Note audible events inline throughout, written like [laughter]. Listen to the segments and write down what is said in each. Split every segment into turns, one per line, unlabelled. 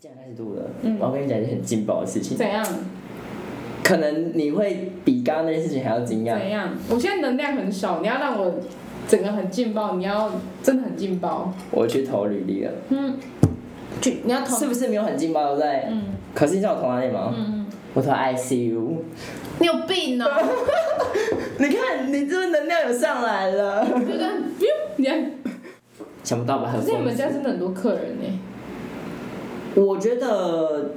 讲三十度了，
嗯
我要跟你讲一件很劲爆的事情，
怎样？
可能你会比刚刚那件事情还要惊讶。
怎样？我现在能量很少，你要让我整个很劲爆，你要真的很劲爆。
我去投履历了，
嗯，就你要投
是，不是没有很劲爆？对不对？
嗯
可是你知道我投哪里吗？
嗯，
我投 ICU。
你有病 [laughs] 哦、
你看，你这个能量有上来了。
就这样，不用你看，
想不到吧？很
可是你
疯
们家真的很多客人呢、
我觉得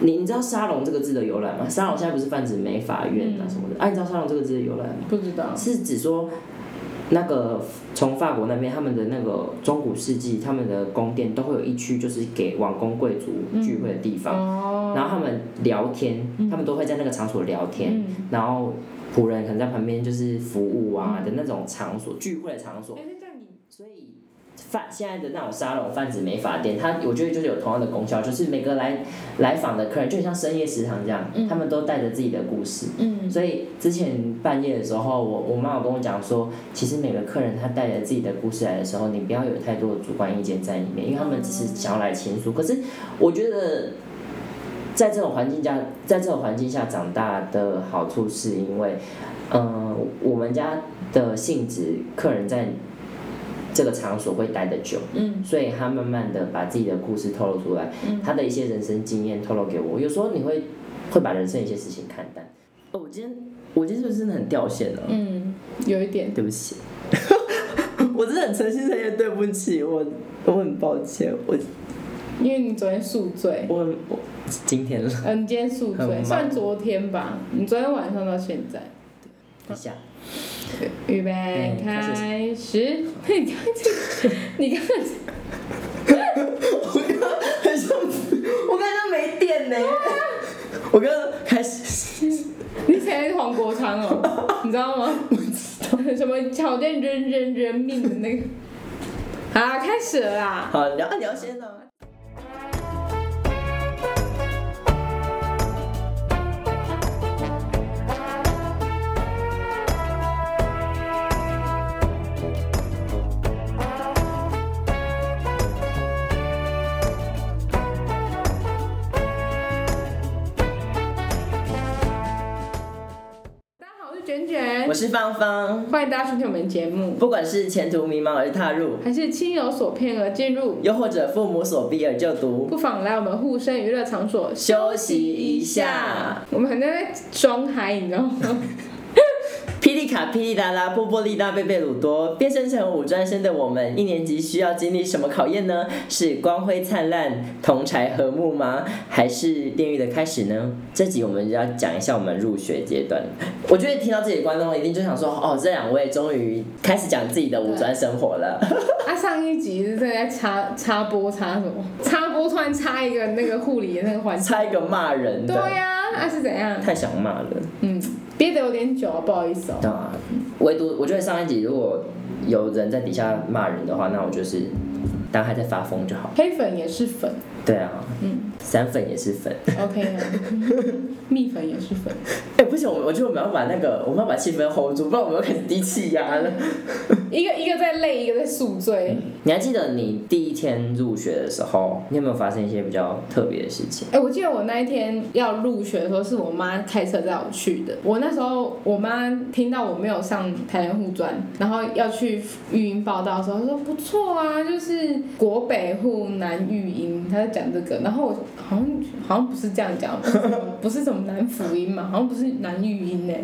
你你知道“沙龙”这个字的由来吗？“沙龙”现在不是泛指美发院啊
嗯
什么的。哎、你知道“沙龙”这个字的由来吗？
不知道，
是指说那个从法国那边他们的那个中古世纪，他们的宫殿都会有一区，就是给王公贵族聚会的地方。
哦，
然后他们聊天，他们都会在那个场所聊天，
嗯，
然后仆人可能在旁边就是服务
嗯
啊的那种场所，聚会的场所。
哎那这样你
所以泛现在的那种沙龙、泛指美发店，它我觉得就是有同样的功效，就是每个来来访的客人，就很像深夜食堂这样，
嗯
他们都带着自己的故事。
嗯
所以之前半夜的时候，我我妈有跟我讲说，其实每个客人他带着自己的故事来的时候，你不要有太多的主观意见在里面，因为他们只是想要来倾诉。可是我觉得，在这种环境下，在这种环境下长大的好处是因为，嗯、我们家的性质，客人在这个场所会待得久，
嗯
所以他慢慢的把自己的故事透露出来，
嗯，
他的一些人生经验透露给我，有时候你会会把人生一些事情看淡。哦，我今天我今天是不是真的很掉线了、
嗯，有一点，
对不起， [laughs] 我真的很诚心诚意地对不起，我我很抱歉，我
因为你昨天宿醉，
我我今天了，
嗯，你今天宿
很
醉
忙
算昨天吧，你昨天晚上到现在。
等 [laughs] 一下，
预备
嗯
开始， [laughs] 你刚才， [laughs] 你刚才
很像我刚刚没电呢、
啊
我刚刚开始，
你才是黄国昌哦，你知道吗？我知道。什么挑战人人人命的那个。好啦，开始了啦。
好，聊聊先哦
哎
呢。
大家好，我是卷卷
我，是芳芳，
欢迎大家收听我们的节目。
不管是前途迷茫而踏入，
还是亲友所骗而进入，
又或者父母所逼而就读，
不妨来我们沪深娱乐场所
休息一下。
我们很像在装嗨，你知道吗？
霹雳卡、霹雳达拉、波波利达、贝贝鲁多，变身成五专生的我们，一年级需要经历什么考验呢？是光辉灿烂、同柴和睦吗？还是炼狱的开始呢？这集我们就要讲一下我们入学阶段。我觉得听到这里的观众一定就想说，哦，这两位终于开始讲自己的五专生活了。
啊，上一集是在插插播插什么？插播突然插一个那个护理的那个环节。
猜一个骂人
对
的，
呀、啊，那、是怎样？
太想骂了。
嗯，憋得有点久，不好意思哦、
对啊，唯独我觉得上一集如果有人在底下骂人的话，那我就是当还在发疯就好。
黑粉也是粉
对啊，嗯，散粉也是粉。
，OK 啊，蜜粉也是粉。
哎、不行，我们我觉得我们要把那个，我们要把气氛 hold 住，不然我们要开始低气压了。
一个一个在累，一个在宿醉。
你还记得你第一天入学的时候，你有没有发生一些比较特别的事情？
哎、我记得我那一天要入学的时候，是我妈开车载我去的。我那时候我妈听到我没有上台南护专，然后要去育英报道的时候，她说不错啊，就是国北护南育英，她在讲这个。然后我好像好像不是这样讲，不是什么不是什么南辅音嘛，好像不是南育英呢、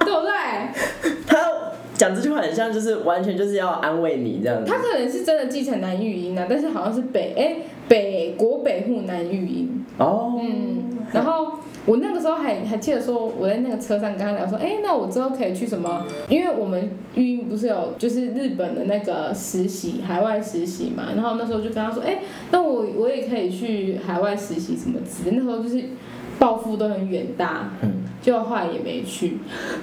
对不对？
他讲这句话很像，就是完全就是要安慰你这样子
他。可能是真的继承南育英啊，但是好像是北哎、北国北户南育英，
哦，
嗯，然后我那个时候还还记得说我在那个车上跟他聊说，哎、那我之后可以去什么？因为我们育英不是有就是日本的那个实习海外实习嘛，然后那时候就跟他说，哎、那我我也可以去海外实习什么之类，那时候就是抱负都很远大，
嗯，
就后来也没去。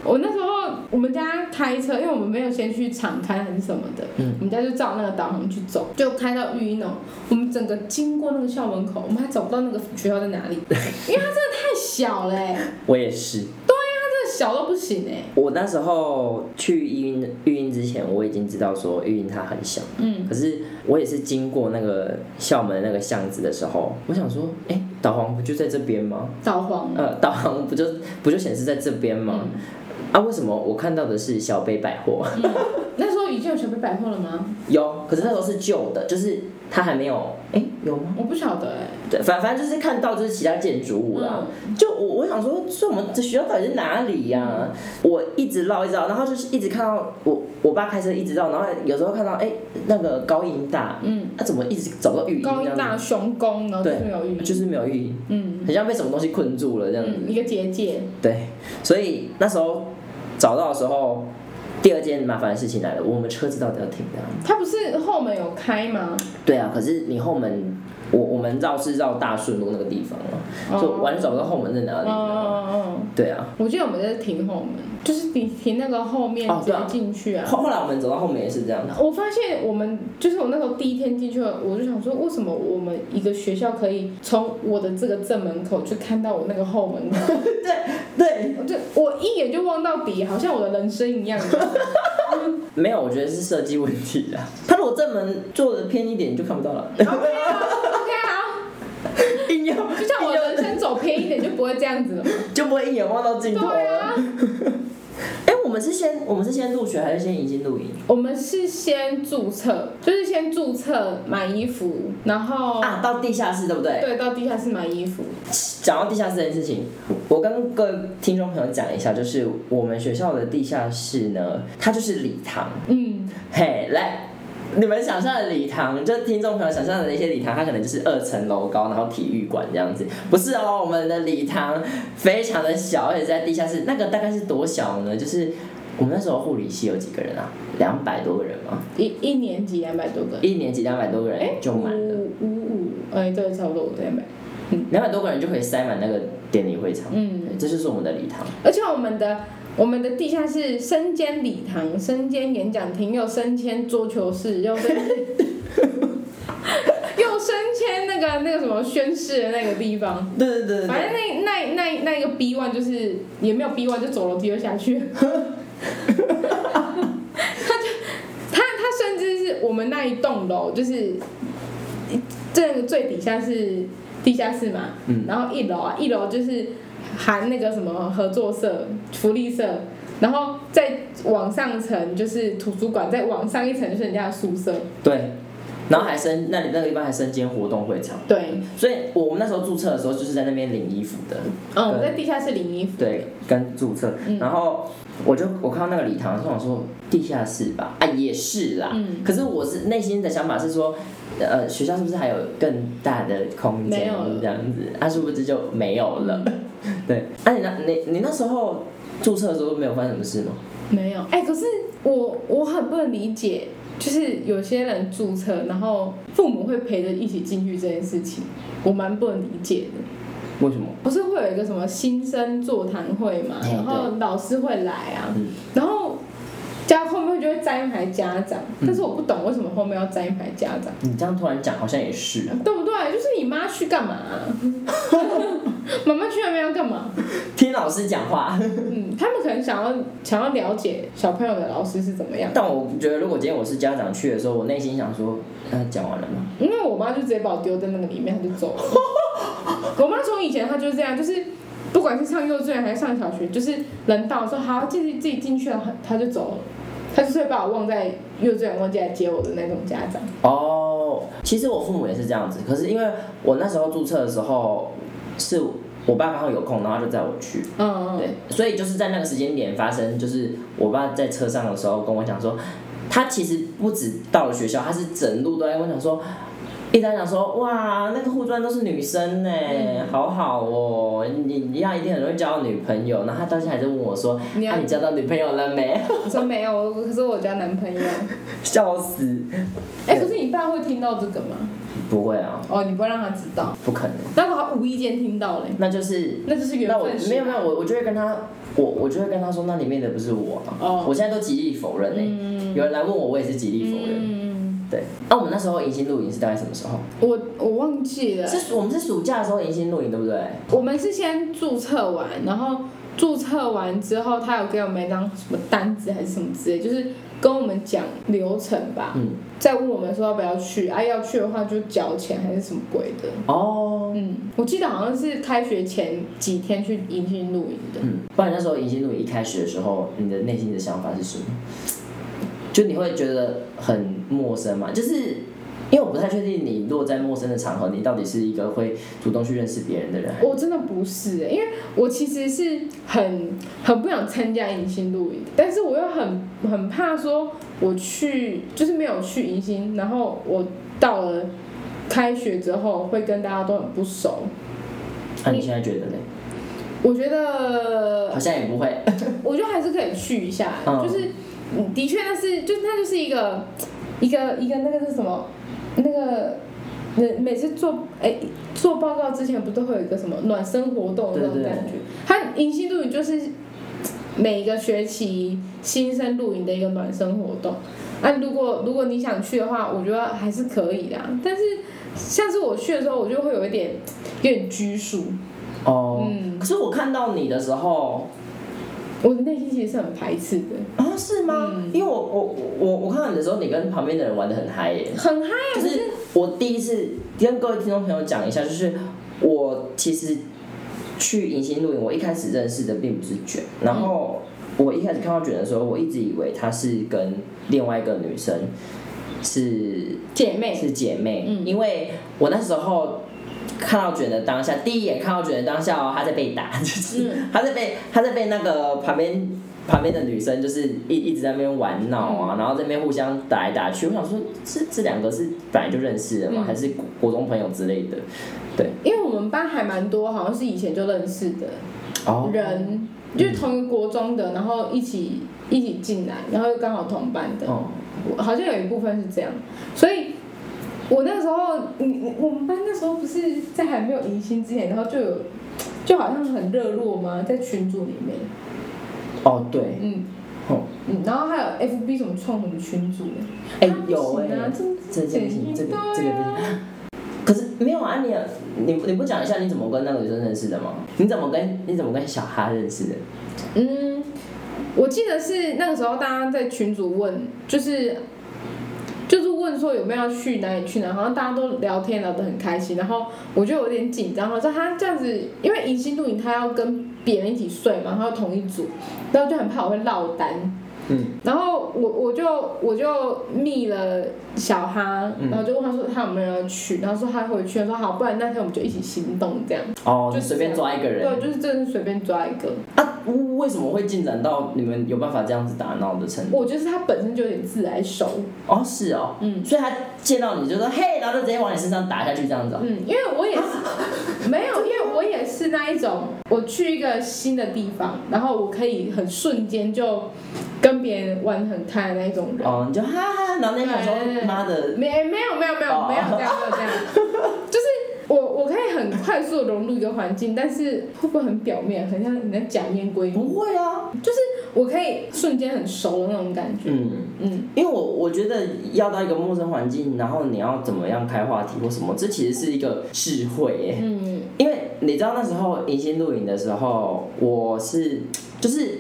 我那时候我们家开车，因为我们没有先去敞开还是什么的，
嗯
我们家就照那个导航去走，就开到育英哦。我们整个经过那个校门口，我们
[laughs]
还找不到那个学校在哪里，因为它真的太小嘞、
我也是。
它真的小到不行哎、
我那时候去育婴育婴之前，我已经知道说育婴它很小，
嗯，
可是我也是经过那个校门那个巷子的时候，我想说，哎、导航不就在这边吗？
导黄了。
呃，导 [laughs] 航不就不就显示在这边吗？
嗯
啊，为什么我看到的是小北百货？ [laughs]
那时候已经有小北百货了吗？
有，可是那时候是旧的，就是它还没有，哎、有吗？
我不晓得哎、
对，反反正就是看到就是其他建筑物啦。
嗯
就我我想说，这我们这学校到底是哪里呀、我一直绕一直绕，然后就是一直看到我我爸开车一直绕，然后有时候看到哎、那个高音大，
嗯，
他、怎么一直找不到语音
高
这
音
样
大雄宫，然后就是没有玉，
子，就是没有语音，
嗯
很像被什么东西困住了这样子。
嗯，一个结界，
对，所以那时候找到的时候，第二件麻烦的事情来了，我们车子到底要停哪里？
它不是后门有开吗？
对啊，可是你后门，我我们绕是绕大顺路那个地方啊，就
哦
完全找不到后门在哪
哦
里。啊
哦哦，
对啊，
我记得我们在停后门，就是你停那个后面
哦
直
对
接
啊
进去啊。
后后来我们走到后面也是这样。
我发现我们就是我那时候第一天进去了，我就想说，为什么我们一个学校可以从我的这个正门口就看到我那个后门口？
[laughs] 对，
我就我一眼就望到底，好像我的人生
[laughs]
一样。
没有，我觉得是设计问题啊。他如果正门做的偏一点，你就看不到了。
OK 啊，OK 啊，
硬要
就像我人生走偏一点就不会这样子了
[laughs]
嘛。
就不会一眼望到尽头
对
了。
啊，
哎、我们是先我们是先入学还是先迎新入营
我们是先注册，就是先注册买衣服，然后、
啊？到地下室对不对？
对到地下室买衣服。
讲到地下室这件事情，我跟各位听众朋友讲一下，就是我们学校的地下室呢，它就是礼堂。
嗯，
嘿，来，你们想象的礼堂，就是听众朋友想象的那些礼堂，它可能就是二层楼高，然后体育馆这样子。不是哦，我们的礼堂非常的小，而且在地下室。那个大概是多小呢？就是我们那时候护理系有几个人啊？两百多个人吗？
一一年级两百多个，
一年级两百多个
哎
人就满了，
五五五，哎，对，差不多五两百。
两百多个人就可以塞满那个典礼会场。
嗯，
对这就是我们的礼堂。
而且我们的我们的地下室身兼礼堂、身兼演讲厅，又身兼桌球室，又身 [laughs] 又身兼那个那个什么宣誓的那个地方。
对对对对
反
对。
正那那那那个 B one 就是也没有 B one，就走楼梯就下去。 [laughs] 他就他他甚至是我们那一栋楼，就是这最底下是地下室嘛，
嗯
然后一楼啊，一楼就是含那个什么合作社、福利社。然后再往上层就是图书馆，再往上一层就是人家的宿舍。
对，然后还身那里那个地方还身兼活动会场，
对，
所以我们那时候注册的时候就是在那边领衣服的，
嗯，我
对
在地下室领衣服。
对，跟注册。
嗯
然后我就我看到那个礼堂，我想说地下室吧，啊也是啦。
嗯
可是我是内心的想法是说，呃，学校是不是还有更大的空
没
间
有了嗯
这样子？啊，殊不知就没有了。对，啊你那你你那时候注册的时候没有发生什么事吗？
没有，哎、可是我我很不能理解，就是有些人注册，然后父母会陪着一起进去这件事情，我蛮不能理解的。
为什么？
不是会有一个什么新生座谈会嘛，
哎
然后老师会来啊，
嗯
然后家后面就会站一排家长，但是我不懂为什么后面要站一排家长，
你这样突然讲好像也是啊，
对不对？就是你妈去干嘛、妈妈去那边要干嘛？
听老师讲话。
嗯，他们可能想要想要了解小朋友的老师是怎么样。
但我觉得，如果今天我是家长去的时候，我内心想说，那、讲完了吗？
因为我妈就直接把我丢在那个里面，她就 [laughs] 走了。我妈从以前她就是这样，就是不管是上幼稚园还是上小学，就是人到说好自己自己进去了，她她就走了。她就是会把我忘在幼稚园忘记来接我的那种家长。
哦，其实我父母也是这样子，可是因为我那时候注册的时候，是我爸刚好有空，然后他就载我去。
嗯
对，所以就是在那个时间点发生，就是我爸在车上的时候跟我讲说，他其实不止到了学校，他是整路都在跟我讲说，一直在讲说，哇，那个护专都是女生呢、好好哦，你你要一定很容易交到女朋友。然后他到现在还在问我说，
你
那、
要
啊、你交到女朋友了没？
我说没有，我可是我交男朋友。
笑死！
哎、可是你爸会听到这个吗？
不会啊，
哦，你不会让他知道，
不可能，
那他无意间听到嘞，
那就是
那就是缘
那我
分使
没有
然。
没有，我我就会跟他，我我就会跟他说，那里面的不是我、啊。
哦
我现在都极力否认呢、欸有人来问我，我也是极力否认。
嗯，
对，那、我们那时候迎新露营是大概什么时候？
我我忘记了。
是我们是暑假的时候迎新露营，对不对？
我们是先注册完，然后注册完之后，他有给我们一张什么单子还是什么之类，就是跟我们讲流程吧，
嗯，
再问我们说要不要去，啊，要去的话就缴钱还是什么鬼的。
哦，
嗯，我记得好像是开学前几天去迎新露营的，
嗯，不然那时候迎新路一开始的时候，你的内心的想法是什么？就你会觉得很陌生嘛？就是。因为我不太确定你落在陌生的场合，你到底是一个会主动去认识别人的人，还是
我真的不是、欸因为我其实是很很不想参加迎新露营，但是我又很很怕说我去就是没有去迎新，然后我到了开学之后会跟大家都很不熟。
那、啊你现在觉得嘞？
我觉得
好像也不会，
我觉得还是可以去一下，
嗯
就是嗯的确那是就是那就是一个一个一个那个是什么那个。每每次做哎、做报告之前不都会有一个什么暖身活动的那种
对对
感觉？它迎新露营就是每个学期新生露营的一个暖身活动。那、如果如果你想去的话，我觉得还是可以啦。但是像是我去的时候，我就会有一点有点拘束，
哦，
嗯
可是我看到你的时候
我的内心其实是很排斥的。
啊，是吗？因为我我我我我看到你的时候，你跟旁边的人玩的很嗨耶。
很嗨啊！
就
可
是
是
我第一次跟各位听众朋友讲一下，就是我其实去迎新露营，我一开始认识的并不是卷，然后我一开始看到卷的时候，我一直以为她是跟另外一个女生是
姐妹，
是姐妹，
嗯
因为我那时候看到卷的当下，第一眼看到卷的当下哦，她在被打，就是
嗯
她在被她在被那个旁边旁边的女生就是一一直在那边玩闹
嗯
啊，然后在那边互相打来打去。我想说，这这两个是本来就认识的吗？
嗯
还是国国中朋友之类的？对，
因为我们班还蛮多，好像是以前就认识的
哦，
人，就是同一个国中的，然后一起一起进来，然后又刚好同班的，
哦，
我好像有一部分是这样，所以。我那时候，你你我们班那时候不是在还没有迎新之前，然后就有，就好像很热络嘛，在群组里面，
哦，对，
嗯
哦，
嗯，然后还有 FB 什么创什么群组，
哎、
啊
有
不
哎、
行啊
这
这
这不行，这个这个不行
对啊。
可是没有啊，你有你你不讲一下你怎么跟那个女生认识的吗？你怎么跟你怎么跟小哈认识的？
嗯，我记得是那个时候大家在群组问，就是就是问说有没有要去哪里去哪，好像大家都聊天聊得很开心，然后我就有点紧张，好像他这样子，因为迎新露营他要跟别人一起睡嘛，然后同一组，然后就很怕我会落单。
嗯，
然后我我就我就密了小哈，
嗯
然后就问他说他有没有要去，然后说他回去，他说好，不然那天我们就一起行动这样。
哦，
就
就是随便抓一个
对，
人
就是真的是随便抓一个。
啊？为什么会进展到你们有办法这样子打闹的程度？
我觉得是他本身就有点自来熟，
哦，是哦，
嗯
所以他见到你就说嘿，然后就直接往你身上打下去这样子、哦。
嗯，因为我
[laughs]
也是没有，因为我也是那一种，我去一个新的地方，然后我可以很瞬间就跟别人玩得很开的那一种人。
哦，你就哈哈哈，然后那想
嗯对对
说
对
妈的，
没没有没有没有
哦
没有这样没有这样， [laughs] 就是我我可以很快速地融入一个环境，但是会不会很表面，很像你在假面闺蜜？
不会啊，
就是我可以瞬间很熟的那种感觉。
嗯。
嗯，
因为我我觉得要到一个陌生环境，然后你要怎么样开话题或什么，这其实是一个智慧耶。
嗯，
因为你知道那时候迎新录影的时候，我是就是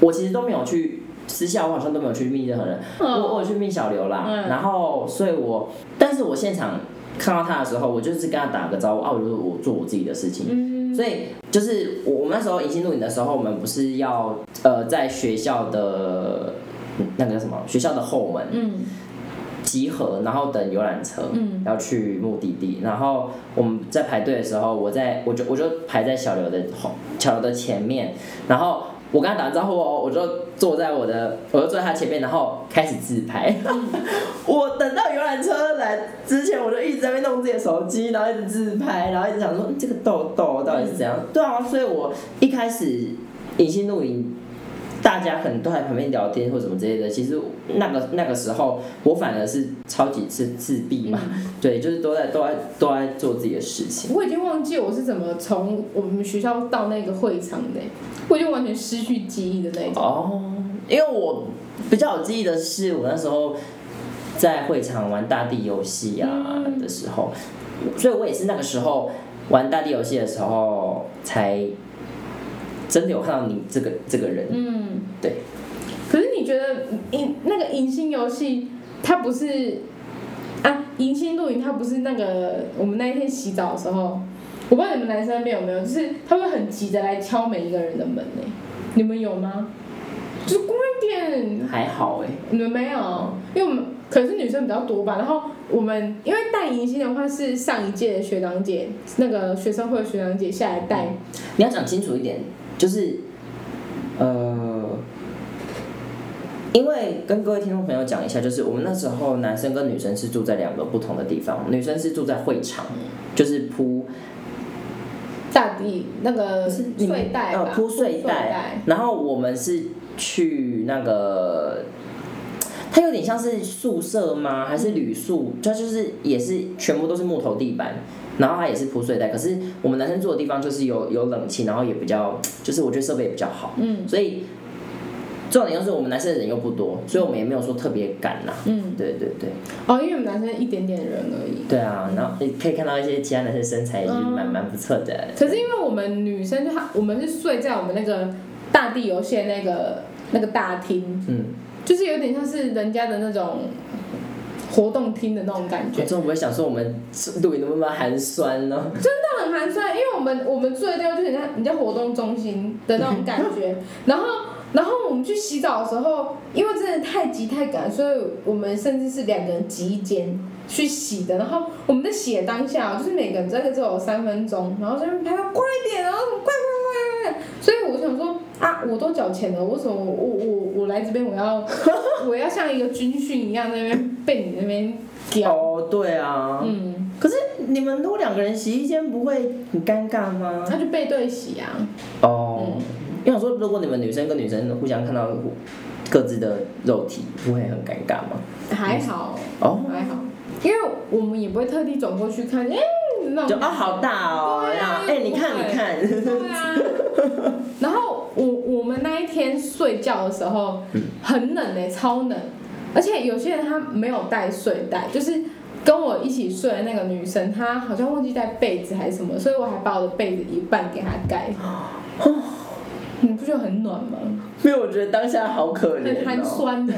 我其实都没有去私下，我好像都没有去密任何人，我我有去密小刘啦，
嗯
然后所以我，但是我现场看到他的时候，我就是跟他打个招呼啊，我就我做我自己的事情，
嗯
所以就是我我们那时候迎新录影的时候，我们不是要呃在学校的嗯那个叫什么学校的后门
嗯
集合，然后等游览车，
嗯
要去目的地。然后我们在排队的时候，我在我就我就排在小刘的后小刘的前面，然后我跟他打招呼哦，我就坐在我的我就坐在他前面，然后开始自拍。 [laughs] 我等到游览车来之前，我就一直在那边弄自己的手机，然后一直自拍，然后一直想说嗯这个痘痘到底是怎样？对啊，所以我一开始隐性露营。大家可能都在旁边聊天或什么之类的，其实那个那个时候，我反而是超级自自闭嘛，对，就是都在都在都在做自己的事情。
我已经忘记我是怎么从我们学校到那个会场的欸、我已经完全失去记忆的那一种。
哦，因为我比较有记忆的是，我那时候在会场玩大地游戏啊
嗯
的时候，所以我也是那个时候玩大地游戏的时候才真的有看到你这个这个人，
嗯，
对。
可是你觉得银那个迎新游戏，它不是啊？迎新露营它不是那个我们那一天洗澡的时候，我不知道你们男生那边有没有，就是他会很急着来敲每一个人的门呢、你们有吗？就是快点，
还好哎、
你们没有，因为我们可是女生比较多吧。然后我们因为带迎新的话是上一届的学长姐，那个学生会的学长姐下来
嗯
带，
你要讲清楚一点，就是，呃，因为跟各位听众朋友讲一下，就是我们那时候男生跟女生是住在两个不同的地方，女生是住在会场，就是铺
大地那个
是你们
睡袋
呃
吧，
铺睡
睡袋
袋，然后我们是去那个。它有点像是宿舍吗？还是旅宿？它就是也是全部都是木头地板，然后它也是铺睡袋。可是我们男生住的地方就是有有冷气，然后也比较，就是我觉得设备也比较好。
嗯
所以重点就是我们男生的人又不多，所以我们也没有说特别赶啦。
嗯，
对对对，
哦，因为我们男生一点点人而已。
对啊，然后你可以看到一些其他男生身材也是蛮
嗯
蛮不错的。
可是因为我们女生就我们是睡在我们那个大地游戏的那个那个大厅，
嗯，
就是有点像是人家的那种活动厅的那种感觉
观，众不会想说我们录影那么寒酸呢、
那很寒酸。因为我们我们住的地方就是人家人家活动中心的那种感觉，然后然后我们去洗澡的时候，因为真的太急太赶，所以我们甚至是两个人挤一间。去洗的，然后我们在洗的当下，就是每个人大概只有三分钟，然后在那边拍到快点，然后什么快快快快快，所以我想说啊，我都缴钱了，为什么我我我我来这边我要我要像一个军训一样在那边被你那边屌，
哦，对啊，
嗯，
可是你们如果两个人洗衣间不会很尴尬吗？
那就背对洗啊，
哦
嗯，
因为我说如果你们女生跟女生互相看到各自的肉体，不会很尴尬吗？
还好，
哦，
还好，因为我们也不会特地转过去看，哎、那
就
种
啊、好大哦，
对啊
那哎、你看
不会
你 [laughs] 看，
对啊。然后我我们那一天睡觉的时候
嗯
很冷诶、超冷，而且有些人他没有带睡袋，就是。跟我一起睡的那个女生，她好像忘记带被子还是什么，所以我还把我的被子一半给她
[laughs]
盖。你不觉得很暖吗？
因为我觉得当下好可怜、哦，
很寒酸的，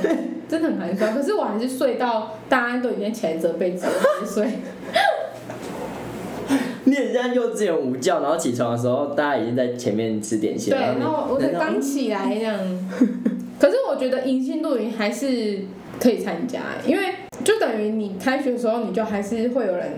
真的很寒酸。可是我还是睡到大家都已经起来折被子了，我还是睡。
你很像幼稚园午觉，然后起床的时候，大家已经在前面吃点心。
对，然后我我才
才
刚起来这样。 [laughs] 可是我觉得银杏露营还是可以参加，因为就等于你开学的时候，你就还是会有人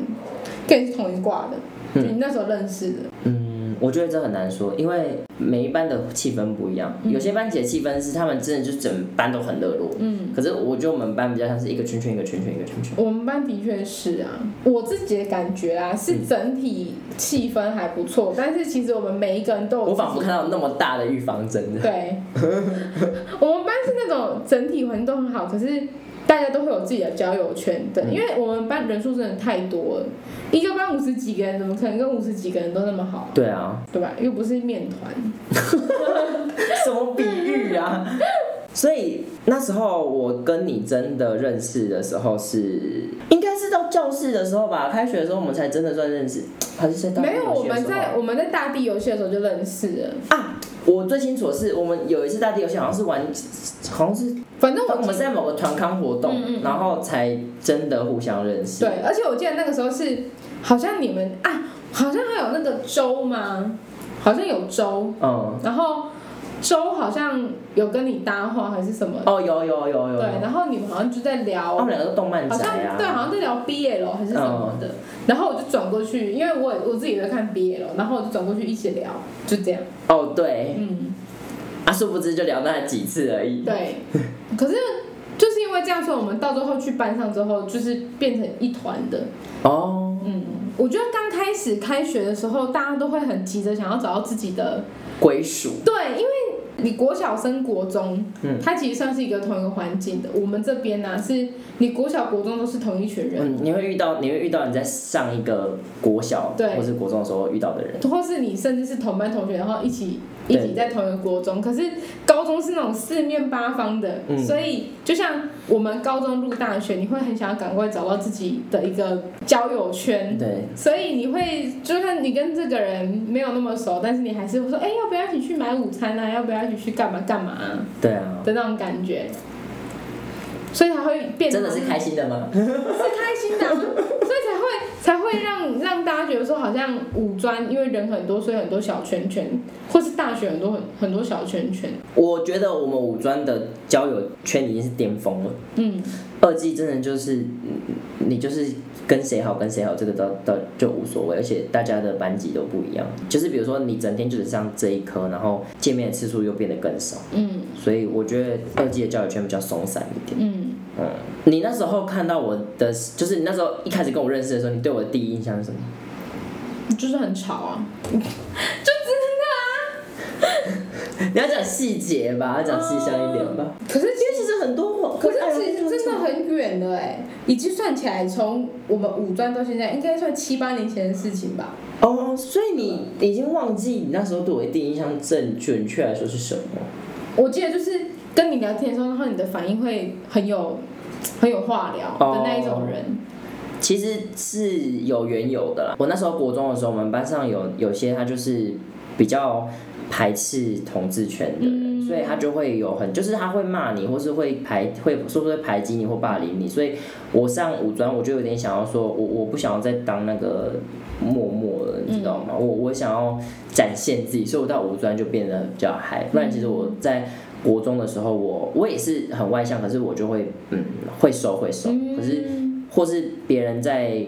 跟你是同一挂的，
嗯
就你那时候认识的。
嗯，我觉得这很难说，因为每一班的气氛不一样，有些班级的气氛是他们真的就整班都很热络。
嗯，
可是我觉得我们班比较像是一个圈圈一个圈圈一个圈圈。
我们班的确是啊，我自己的感觉啊，是
嗯
整体气氛还不错，但是其实我们每一个人都有
我仿
自
佛
己
看到那么大的预防针的。
对，我们班是那种整体环境都很好，可是大家都会有自己的交友圈的，
嗯
因为我们班人数真的太多了，一个班五十几个人，怎么可能跟五十几个人都那么好，
对啊， [laughs]
对吧？又不是面团，
什么比喻啊？ [laughs] 所以那时候我跟你真的认识的时候是，应该是到教室的时候吧，开学的时候我们才真的算认识，还是在大
没有，
学
我
的
们
时候
在我们在大地游戏的时候就认识了，
啊，我最清楚的是，我们有一次大地游戏，好像是玩，好像是
反正
我
我
们是在某个团康活动，
嗯嗯嗯
然后才真的互相认识。
对，而且我记得那个时候是好像你们啊，好像还有那个周吗？好像有周，
嗯，
然后周好像有跟你搭话还是什么。
哦，有有有有有，
对，然后你们好像就在聊
他们两个都动漫
好
宅
像
啊，嗯
对，好像在聊 BL 还是什么的，然后我就转过去，因为我也我自己在看 BL，然后我就转过去一起聊，就这样，
哦对，
嗯，
啊，殊不知就聊那几次而已。
对。可是就是因为这样，所以我们到最后去班上之后，就是变成一团的，
哦，
嗯，我觉得刚开始开学的时候，大家都会很急着想要找到自己的
归属。
对，因为你国小升国中，
嗯
它其实算是一个同一个环境的。我们这边呢、是你国小国中都是同一群人，
嗯，你会遇到，你会遇到你在上一个国小
对
或是国中的时候遇到的人。
或是你甚至是同班同学，然后一起一
对
起在同一个国中，可是高中是那种四面八方的，
嗯
所以就像我们高中入大学，你会很想要赶快找到自己的一个交友圈，
对，
所以你会就算你跟这个人没有那么熟，但是你还是会说，哎、要不要一起去买午餐啊？要不要一起去干嘛干嘛啊、
对啊，
的那种感觉，所以才会变
真
得
的是开心的吗？
是开心的啊、所以才会才会让让大家觉得说，好像五专因为人很多，所以很多小圈圈，或是大学很多很很多小圈圈，
我觉得我们五专的交友圈已经是巅峰了。
嗯，
二季真的就是，嗯你就是跟谁好跟谁好，这个倒倒就无所谓，而且大家的班级都不一样。就是比如说你整天就只上这一科，然后见面的次数又变得更少，
嗯
所以我觉得二季的交友圈比较松散一点。
嗯，
嗯，你那时候看到我的，就是你那时候一开始跟我认识的时候，你对我的第一印象是什么？
就是很吵啊， [laughs]
你要讲细节吧，要讲细项一点吧。
可是
嗯因为其实很多，
可是
爱尔兰
其实
就
真的很远了哎、已经算起来，从我们五专到现在，应该算七八年前的事情吧。
哦，所以你已经忘记你那时候对我的第一印象正准确来说是什么？
我记得就是跟你聊天的时候，然后你的反应会很有很有话聊的那一种人。
其实是有缘由的啦。我那时候国中的时候，我们班上有有些他就是比较排斥同志圈的人，所以他就会有很，就是他会骂你，或是会排会说不会排挤你或霸凌你。所以我上五专，我就有点想要说，我我不想要再当那个默默了，你知道吗？我我想要展现自己，所以我到五专就变得比较嗨。不然其实我在。国中的时候我我也是很外向，可是我就会嗯会收会收，哦可是
嗯，
或是别人在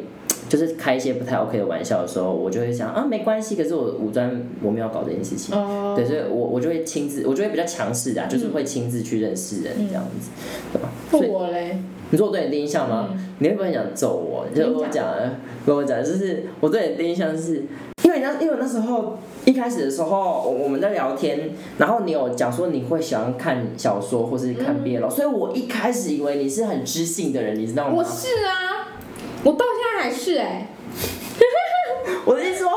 就是开一些不太 OK 的玩笑的时候，我就会想啊没关系，可是我五专我没有搞这件事情，
哦，嗯
对，所以我我就会亲自，我就会比较强势的、啊，就是会亲自去认识人这样子，对吧？所以
我嘞，
你说我对你的第一印象吗？
哦嗯
你会不会很想揍我？就
跟
跟
你
我
讲
讲啊，跟我讲，就是我对你的第一印象是，因为那因为那时候一开始的时候，我我们在聊天，然后你有讲说你会喜欢看小说或是
嗯
看 BL，、所以我一开始以为你是很知性的人，你知道吗？
我是啊，我到现在还是哎、
我的意思说，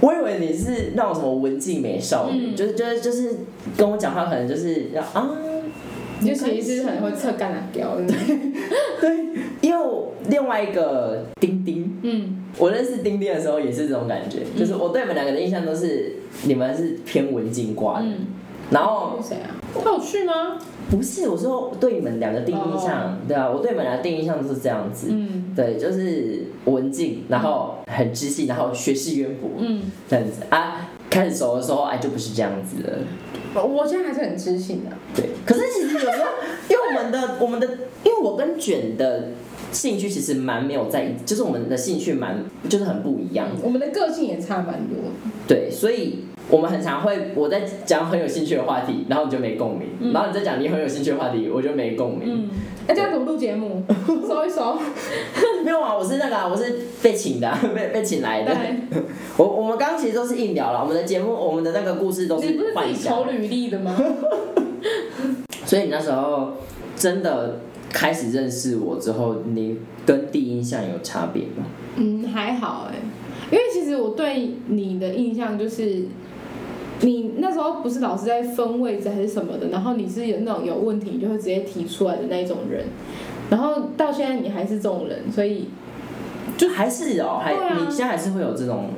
我以为你是那种什么文静美少女，
嗯
就是就是就是跟我讲话可能就是要啊，
就其实是很会侧干啊，屌的。
因为我另外一个丁丁，
嗯，
我认识丁丁的时候也是这种感觉，就是我对你们两个的印象都是你们是偏文静挂的，
嗯
然后
是谁啊？他有去吗？
不是我说对你们两个定义上，对啊，我对你们两个定义上都是这样子。
哦嗯
对，就是文静，然后很知性，然后学识渊博
嗯，
这样子啊。开始熟的时候，哎，就不是这样子了。
我我现在还是很知性的。
对，可是其实有时候，因为我们的我们的，因为我跟卷的兴趣其实蛮没有在一，就是我们的兴趣蛮就是很不一样，
我们的个性也差蛮多。
对，所以我们很常会我在讲很有兴趣的话题，然后你就没共鸣，
嗯
然后你再讲你很有兴趣的话题，我就没共鸣。
嗯，那、这样怎么录节目？搜一搜。
没有啊，我是那个啊、我是被请的啊、 [laughs] 被被请来的。
对，
我我们刚刚其实都是硬聊了，我们的节目我们的那个故事都
你不是自
幻
己
想
投。履历的吗？
所以你那时候真的开始认识我之后，你跟第一印象有差别吗？
嗯，还好哎、因为其实我对你的印象就是，你那时候不是老是在分位置还是什么的，然后你是有那种有问题你就会直接提出来的那一种人，然后到现在你还是这种人，所以
就还是哦，还、
对啊
你现在还是会有这种，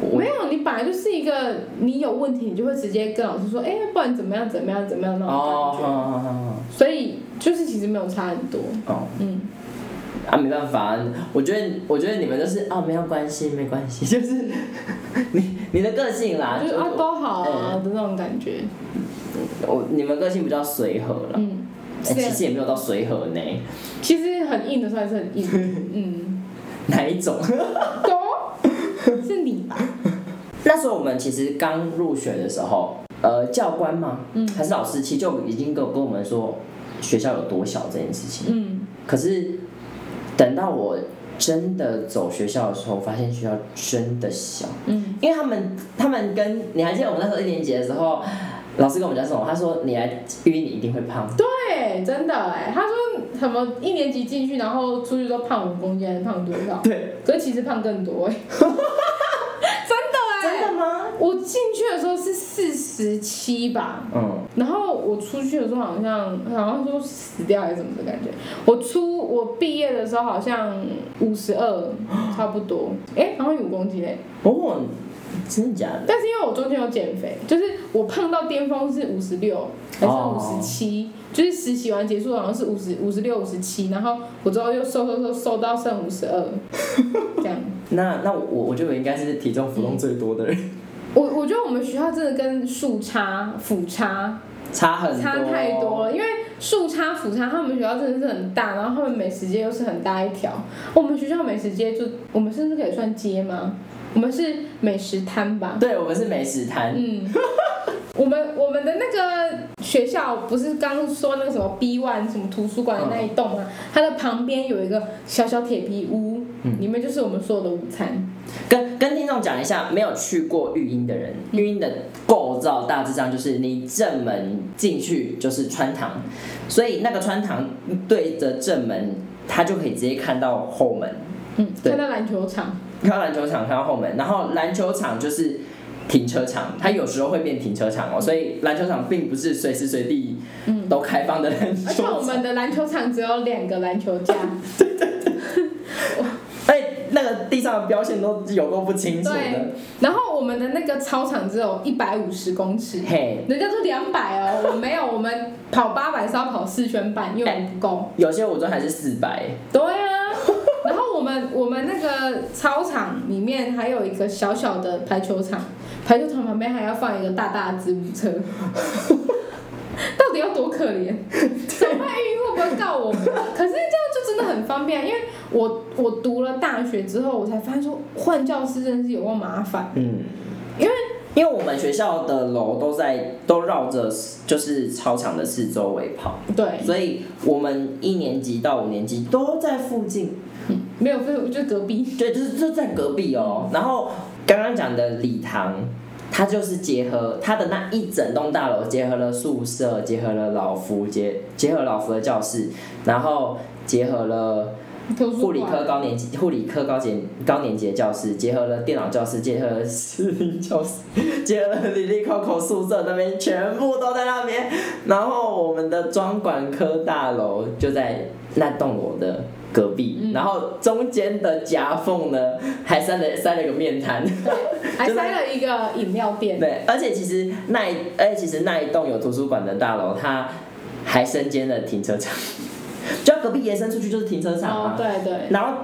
我
没有你本来就是一个你有问题你就会直接跟老师说，哎、不然怎么样怎么样怎么样那
哦
种
哦
感觉，
哦
所以就是其实没有差很多，
哦哦
嗯，
啊，没办法，我觉得我觉得你们都是啊，没有关系，没关系， [laughs] 就是你你的个性啦，
就是
就
啊都好啊
嗯
的那种感觉，
我你们个性比较随和啦。
嗯，
哎
是
其实也没有到随和呢， [laughs]
其实很硬的算是很硬，嗯。 [laughs]
哪一种？ [laughs]
有，是你吧？
那时候我们其实刚入学的时候，呃，教官嘛，
嗯
还是老师，其实就已经跟我跟我们说学校有多小这件事情。
嗯，
可是等到我真的走学校的时候，我发现学校真的小，
嗯，
因为他们他们跟你还记得我们那时候一年级的时候，老师跟我们讲什么？他说你来因为你一定会
[laughs]
胖，
对，真的哎，他说什么一年级进去，然后出去都胖五公斤，还是胖多少？
对，
可是其实胖更多哎，真的哎，
吗？
我进去的时候是四十七吧，
嗯，
然后我出去的时候好像好像说死掉还是怎么的感觉。我出我毕业的时候好像五十二，差不多，哎、好像有五公斤嘞。
哦，真的假的？
但是因为我中间有减肥，就是我胖到巅峰是五十六还是五
哦
十七，就是实习完结束好像是五十五十六五十七，然后我之后又瘦瘦瘦瘦到剩五十
[laughs]
二，这样。
那那我我觉得我应该是体重浮动最多的
嗯
人，
我我觉得我们学校真的跟树差、辅差
差很多，
差太多了，因为树差、辅差他们学校真的是很大，然后他们美食街又是很大一条。我们学校美食街就，我们甚至可以算街吗？我们是美食摊吧？
对，我们是美食摊，
嗯，我们我们的那个学校不是刚说那个什么 B One 什么图书馆的那一栋吗？它的旁边有一个小小铁皮屋，
嗯
里面就是我们所有的午餐。
跟跟听众讲一下，没有去过育婴的人，育婴的构造大致上就是你正门进去就是穿堂，所以那个穿堂对着正门，他就可以直接看到后门，
嗯，
对
看到篮球场，
看到篮球场，看到后门，然后篮球场就是停车场，它有时候会变停车场哦，所以篮球场并不是随时随地
嗯
都开放的篮
而
球
且我
场。
们的篮球场只有两个篮球
[laughs]
架，
哎、那个地上的标线都有够不清楚的
对，然后我们的那个操场只有一百五十公尺。
嘿。
人家说两百哦，我们没有，我们跑八百是要跑四圈半，因为我们不够。
有些武装还是四百，
对啊， [laughs] 然后我们我们那个操场里面还有一个小小的排球场，排球场旁边还要放一个大大的子母车， [laughs] 到底要多可怜？裁判运会不会告我们？可是这样就真的很方便，因为我我读了大学之后，我才发现说换教室真的是有够麻烦。
嗯，
因为
因为我们学校的楼都在都绕着就是操场的四周围跑，
对，
所以我们一年级到五年级都在附近
没有，就就隔壁。
对，就是就在隔壁哦。然后刚刚讲的礼堂，它就是结合它的那一整栋大楼，结合了宿舍，结合了老福，结结合老福的教室，然后结合了
图
护
书
理科
馆，
高年级、护理科高级高年级的教室，结合了电脑教室，结合了视频教室，结合了 Lily Coco 宿舍那边，全部都在那边。然后我们的专管科大楼就在那栋楼的隔壁，
嗯
然后中间的夹缝呢，还塞了塞了一个面摊。 [laughs]
还塞了一个饮料店。
对，而且其实那一，而且其实那一栋有图书馆的大楼，它还身兼了停车场， [laughs] 就它隔壁延伸出去就是停车场啊。
哦，对对，
然后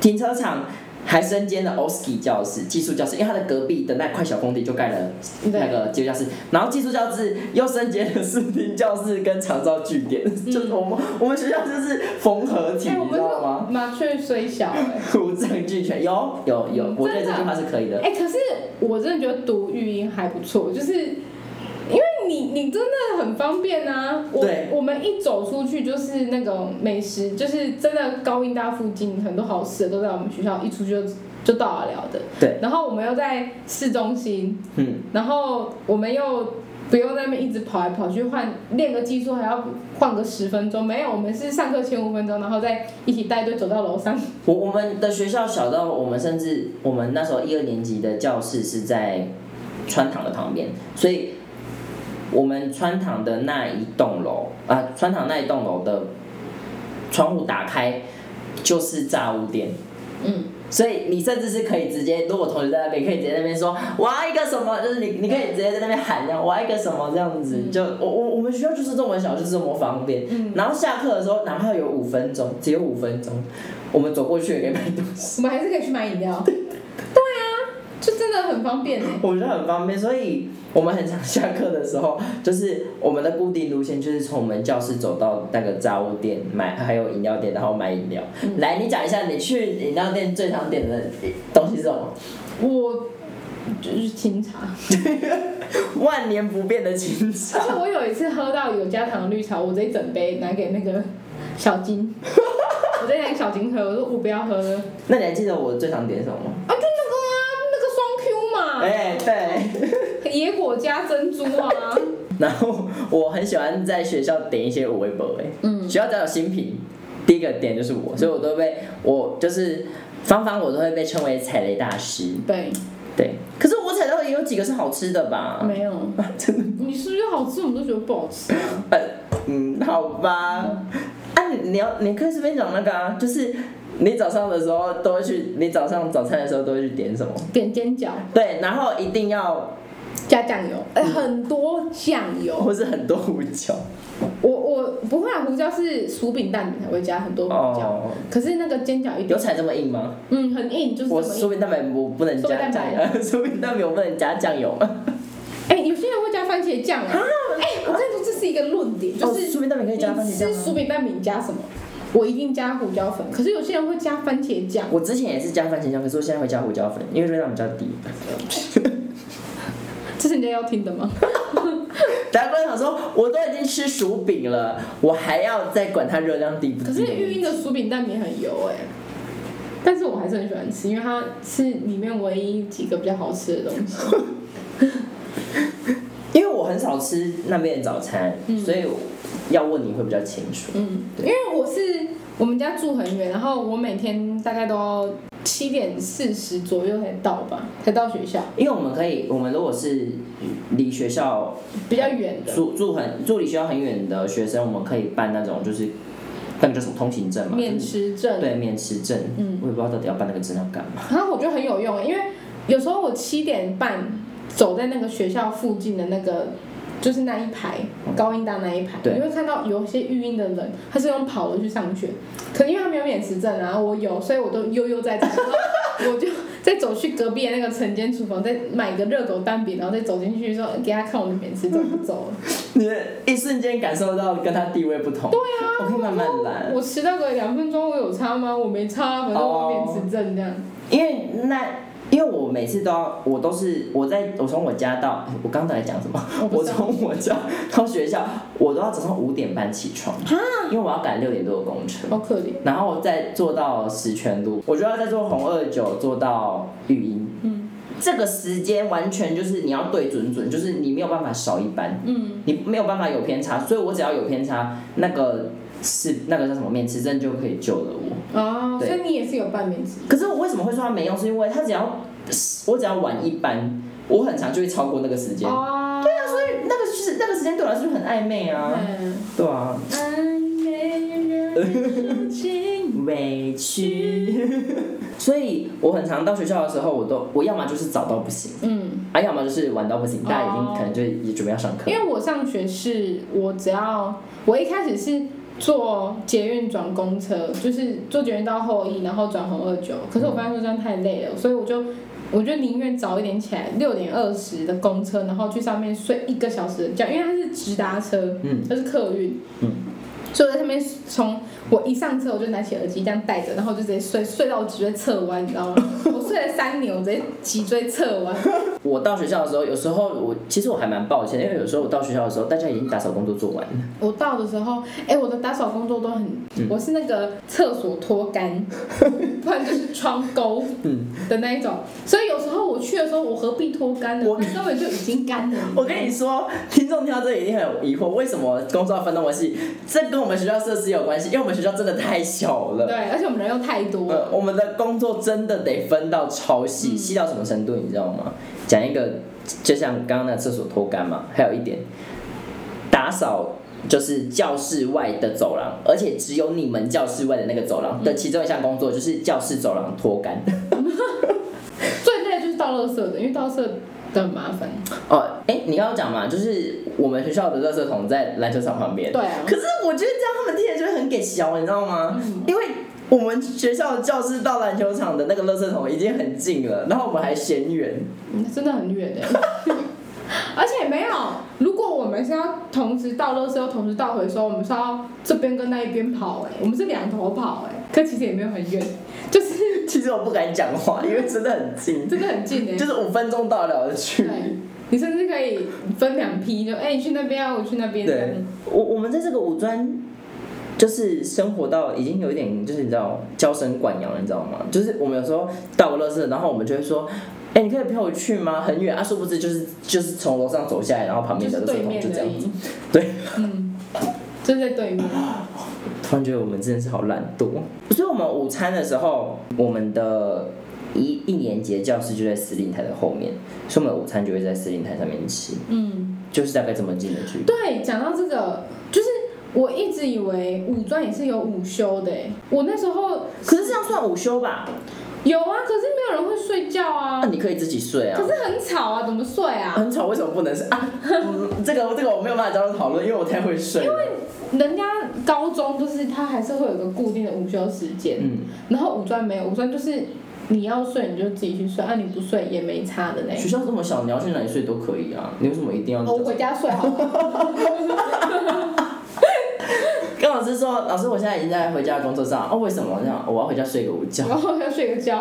停车场还身兼了 OSKI 教室、技术教室，因为它的隔壁的那块小空地就盖了那个技术教室，然后技术教室又身兼了视听教室跟长照据点，就是我们我们学校就是缝合体，
嗯哎、我
你
们
知道吗？
是麻雀虽小、哎。
五脏俱全，有有有，我觉得这句话是可以的。
哎、可是我真的觉得读语音还不错，就是因为你你真的很方便啊。我
对
我们一走出去就是那种美食，就是真的高音大附近很多好吃的都在我们学校，一出去就就到得了的。
对，
然后我们又在市中心，
嗯，
然后我们又不用在那边一直跑来跑去换练个技术，还要换个十分钟。没有，我们是上课前五分钟，然后再一起带队走到楼上。
我我们的学校小到我们甚至我们那时候一二年级的教室是在穿堂的旁边，所以我们穿堂的那一栋楼啊，穿堂那一栋楼的窗户打开就是炸物店。
嗯，
所以你甚至是可以直接，如果同学在那边，可以直接在那边说我要一个什么，就是你你可以直接在那边喊这样，我要一个什么这样子，就我我我们学校就是这么小，就是这么方便。
嗯
然后下课的时候，哪怕有五分钟，只有五分钟，我们走过去也可以买东 [laughs] 西，
我们还是可以去买饮料。对啊，就真的很方便欸呢、
我觉得很方便。所以我们很常下课的时候，就是我们的固定路线就是从我们教室走到那个杂物店买，还有饮料店，然后买饮料。来，你讲一下你去饮料店最常点的东西是什么？
我就是清茶，
万年不变的清茶
而。且我有一次喝到有加糖的绿茶，我这一整杯拿给那个小 [laughs] 金，我在拿给小金喝，我说我不要喝了。啊，
那你还记得我最常点什么吗？
就那个啊，那个双 Q 嘛，
哎、对。 [laughs]
野果加珍珠啊，
然后我很喜欢在学校点一些微博哎，
嗯
学校只要有新品，第一个点就是我，所以我都被我就是芳芳，我都会被称为踩雷大师。
对，
对，可是我踩到一有几个是好吃的吧？
没有，
[laughs] 真的，
你是不是好吃，我们都觉得不好吃啊？
嗯，好吧。啊，你你要你可以随便讲那个啊，就是你早上的时候都会去，你早上早餐的时候都会去点什么？
点煎饺
对，然后一定要
加酱油，哎、很多酱油。
或是很多胡椒
我我不会啊，胡椒是薯饼蛋饼才会加很多胡椒，
哦。
可是那个煎饺一
有
定，
踩这么硬吗？
嗯，很硬，就是这
我
么硬。
酥饼蛋饼我不能加酱油，酥饼 [laughs] 蛋饼我不能加酱
[laughs]
油哦吗？
哎、有些人会加番茄酱啊。哎、我跟你说，这是一个论点，就
哦，
是
酥饼蛋饼可以加番
你
茄酱啊
吃
吗？
薯饼蛋饼加什么？我一定加胡椒粉，可是有些人会加番茄酱。
我之前也是加番茄酱，可是我现在会加胡椒粉，因为味道比较低。
这是人家要听的吗？
难怪想说，我都已经吃薯饼了，我还要再管它热量低不低？
可是玉英的薯饼蛋饼很油哎、但是我还是很喜欢吃，因为它是里面唯一几个比较好吃的东西。
因为我很少吃那边的早餐，所以我要问你会比较清楚。
嗯，因为我是我们家住很远，然后我每天大概都要七点四十左右才到吧，才到学校，
因为我们可以，我们如果是离学校
比较远的
住住很住离学校很远的学生，我们可以办那种就是那个叫什么通行证嘛，
面
就是
试证。
对面试证，
嗯
我也不知道到底要办那个证要干嘛。 [laughs]
然后我觉得很有用，因为有时候我七点半走在那个学校附近的那个，就是那一排高音大那一排，
对
你会看到有些育婴的人，他是用跑的去上学，可能因为他没有免持证啊，然后我有，所以我都悠悠在这，然后我就再走去隔壁的那个晨间厨房，再买个热狗蛋饼，然后再走进去说给他看我的免持证，就走了。
你一瞬间感受到跟他地位不同。对啊，我可以慢慢来。
我迟到个两分钟，我有差吗？我没差，反正我免持证这样。
因为那，因为我每次都要，我都是我在我从我家到，我刚才讲什么？
我
我
不知道
从我家到学校，我都要早上五点半起床，因为我要赶六点多的公车，
好可怜。
然后再坐到石泉路，我就要再坐红二九坐到育英。
嗯
这个时间完全就是你要对准准，就是你没有办法少一班，
嗯，
你没有办法有偏差，所以我只要有偏差，那个是那个叫什么免持证就可以救了我。
哦，
对
所以你也是有半免持
可是我为什么会说它没用？是因为它只要我只要晚一班，我很常就会超过那个时间。
哦，对啊，所以
那个就是那个时间对我来说就很暧昧啊。
嗯，
对啊，
暧昧让人受尽
委屈。 [laughs] 所以我很常到学校的时候，我都我要么就是早到不行，
嗯，
啊，要么就是晚到不行。
哦
大家已经可能就也准备要上课
因。为我上学是我只要我一开始是坐捷运转公车，就是坐捷运到后一，然后转红二九。可是我发现说这样太累了，所以我就我就宁愿早一点起来，六点二十的公车，然后去上面睡一个小时的觉，因为它是直达车，
嗯，
它是客运，
嗯。
所以我在上面从我一上车我就拿起耳机这样戴着，然后我就直接睡，睡到我脊椎侧弯，你知道吗？我睡了三年，我直接脊椎侧弯。
我到学校的时候，有时候我其实我还蛮抱歉，因为有时候我到学校的时候，大家已经打扫工作做完了。
我到的时候，哎、我的打扫工作都很，
嗯
我是那个厕所拖
[laughs]
杆，不然就是窗钩的那一种，所以有时候我去的时候，我何必拖杆呢？
嗯我
它根本就已经干了。
[laughs] 我跟你说，听众听到这里一定很有疑惑，为什么工作要分那么细？这跟我们学校设施有关系，因为我们学校真的太小了。
对，而且我们人又太多，
呃，我们的工作真的得分到超细，细到什么程度，你知道吗？讲一个，就像刚刚那个厕所拖干嘛，还有一点，打扫就是教室外的走廊，而且只有你们教室外的那个走廊的其中一项工作就是教室走廊拖干。 [laughs]
最累的就是倒垃圾的，因为倒垃圾的很麻烦。
哦，哎、你刚刚讲嘛，就是我们学校的垃圾桶在篮球场旁边。
对啊，
可是我觉得这样他们听起来就会很给小，你知道吗？因为我们学校的教室到篮球场的那个垃圾桶已经很近了，然后我们还嫌远。
嗯真的
[laughs]
很远哎。而且没有，如果我们是要同时倒垃圾又同时倒回收，我们是要这边跟那一边跑哎、我们是两头跑哎、可其实也没有很远，就
[laughs]
是
其实我不敢讲话，因为真的很近，
真的很近哎、
就是五分钟到得了的距
对
离。，
你甚至可以分两批，就哎、你去那边啊，我去那边。
对，我我们在这个五专。就是生活到已经有一点，就是你知道娇生惯养了，你知道吗？就是我们有时候到了垃圾，然后我们就会说：“哎、你可以陪我去吗？很远啊！”殊不知就是就是从楼上走下来，然后旁
就
边的
是
垃圾
对
桶
面
就这
而
样
已。
对，
嗯，就在对面。
突然觉得我们真的是好懒惰。所以我们午餐的时候，我们的一一年级的教室就在司令台的后面，所以我们的午餐就会在司令台上面吃，
嗯，
就是大概这么近的距离。
对，讲到这个，就是我一直以为五专也是有午休的欸，我那时候
可是这样算午休吧？
有啊，可是没有人会睡觉啊
那，你可以自己睡啊
可。是很吵啊，怎么睡啊？
很吵，为什么不能睡啊？ [laughs] 嗯这个这个我没有办法加入讨论，因为我太会睡了。
人家高中就是他还是会有一个固定的午休时间，
嗯，
然后五专没有，五专就是你要睡你就自己去睡，啊你不睡也没差的嘞。
学校这么小，你要去哪里睡都可以啊，你为什么一定要？
哦我回家睡好了。
跟老师说，老师，我现在已经在回家的工作上。哦，为什么这样？我要回家睡个午觉
然后要睡个觉。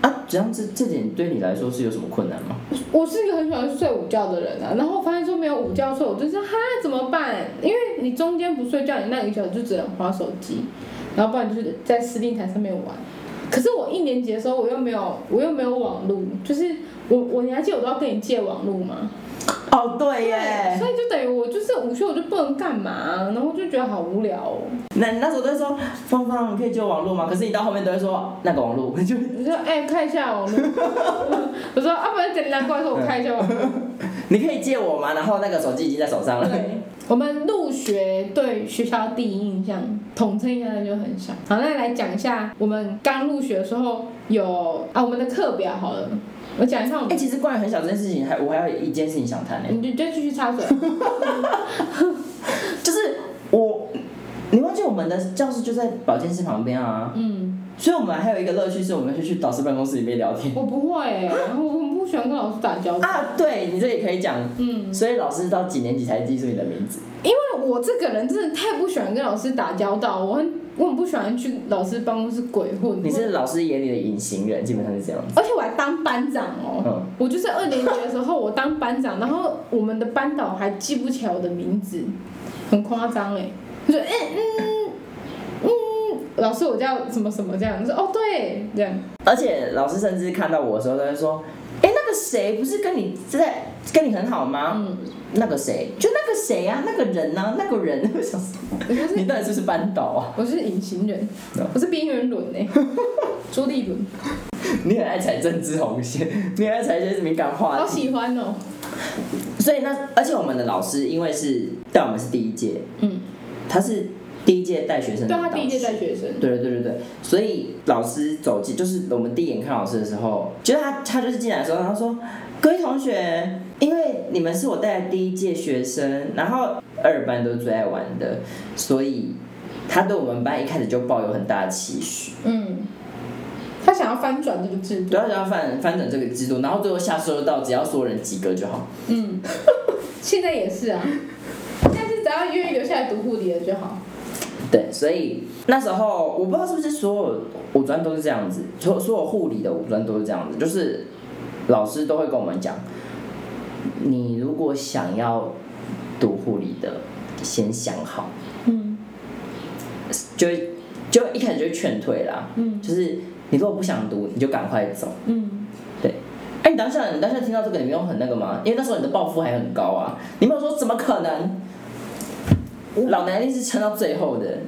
啊。这样这这点对你来说是有什么困难吗？
我是一个很喜欢睡午觉的人啊，然后我发现说没有午觉睡，我就说哈怎么办？因为你中间不睡觉，你那一个小时就只能划手机，然后不然就是在司令台上面玩。可是我一年级的时候，我又没有，我又没有网路，就是我我你还记得我都要跟你借网路吗？
哦，对
所以就等于我就是午休我就不能干嘛，然后就觉得好无聊哦。
那你那时候都会说，芳芳，你可以借我网络吗？可是你到后面都会说那个网络， [laughs] 就
你说哎、看一下网路，我说啊不然简单过来说我看一下网路。
你可以借我吗？然后那个手机已经在手上了。
对，我们入学对学校第一印象，统称一下那就很少。好，那来讲一下我们刚入学的时候有啊，我们的课表好了，我讲一下我
哎、
们。
其实关于很小这件事情，还我还有一件事情想谈呢、欸
你就就继续插嘴，
就是我，你忘记我们的教室就在保健室旁边啊，
嗯，
所以我们还有一个乐趣是，我们会去导师办公室里面聊天。
我不会、欸，我很不喜欢跟老师打交道，
啊，对你这也可以讲，
哦嗯，
所以老师到几年级才记住你的名字？
因为我这个人真的太不喜欢跟老师打交道，我很我很不喜欢去老师办公室鬼混，
你是老师眼里的隐形人，基本上是这样子。
而且我还当班长哦、
嗯，
我就是二年级的时候，我当班长，然后我们的班导还记不起来我的名字，很夸张哎。他说：“嗯嗯嗯，老师，我叫什么什么这样。”他说：“哦，对，这样。
而且老师甚至看到我的时候，他会说：“哎、那个谁不是跟你在跟你很好”吗？
嗯，
那个谁，就那个谁啊，那个人啊，那个人。 [laughs] 我想说
我就是
你到底是不是班导啊？
我是隐形人
No，
我是边缘轮哎， [laughs] 朱立伦，
你很爱踩政治红线， [laughs] 你很爱踩一些敏感话
好
题。
喜欢哦。
所以那，而且我们的老师因为是带我们是第一届，
嗯，
他是第一届带学生
对啊
的
他第一届
导师
带学生，
对对对对对，所以老师走进，就是我们第一眼看老师的时候，就是他他就是进来的时候，然后说：“各位同学，因为你们是我带的第一届学生，然后二班都是最爱玩的，所以他对我们班一开始就抱有很大的期许，
嗯，他想要翻转这个制度，
对，他想要翻翻转这个制度，然后最后下收到只要所有人及格就好。
嗯， [laughs] 现在也是啊，但是只要愿意留下来读护理的就好。”
对，所以那时候我不知道是不是所有五专都是这样子，所所有护理的五专都是这样子，就是老师都会跟我们讲，你如果想要读护理的，先想好，
嗯
就会就一开始就会劝退啦，
嗯
就是你如果不想读，你就赶快走。
嗯，
哎，你当下你当下听到这个，你没有很那个吗？因为那时候你的抱负还很高啊，你没有说怎么可能，老娘一定是撑到最后的。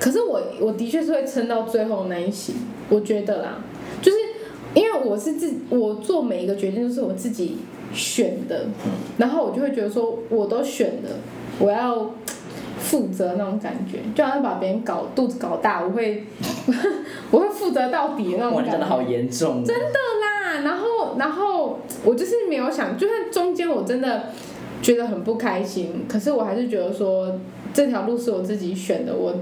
可是我我的确是会撑到最后那一期，我觉得啦，就是因为我是自我做每一个决定都是我自己选的，然后我就会觉得说我都选了，我要负责那种感觉，就好像把别人搞肚子搞大，我会 [laughs] 我会负责到底的那种
哇，
感
你
觉。
讲的好严重哦。
真的啦，然后然后我就是没有想，就算中间我真的觉得很不开心，可是我还是觉得说这条路是我自己选的，我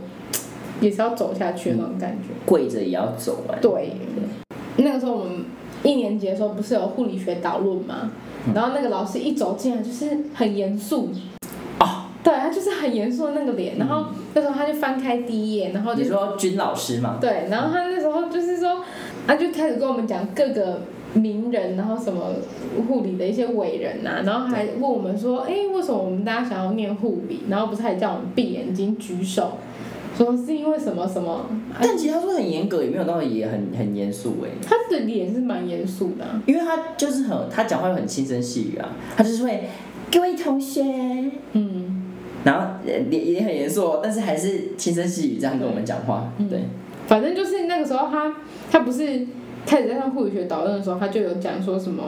也是要走下去的那种感觉。
跪着也要走欸完。
对，那个时候我们一年级的时候不是有护理学导论吗？然后那个老师一走进来就是很严肃，
哦，
对他就是很严肃的那个脸，然后那时候他就翻开第一页，然后就
你说军老师嘛？
对，然后他那时候就是说，他就开始跟我们讲各个名人，然后什么护理的一些伟人呐、然后还问我们说，哎，为什么我们大家想要念护理？然后不是还叫我们闭眼睛举手，说是因为什么什么？还
但其实他说很严格，也没有到也很很严肃哎，
他的脸是蛮严肃的啊、
因为他就是很他讲话又很轻声细语啊，他就是会各位同学，
嗯，
然后也也也很严肃哦，但是还是轻声细语这样跟我们讲话。
嗯
对，
反正就是那个时候他他不是开始在上护理学导论的时候，他就有讲说什么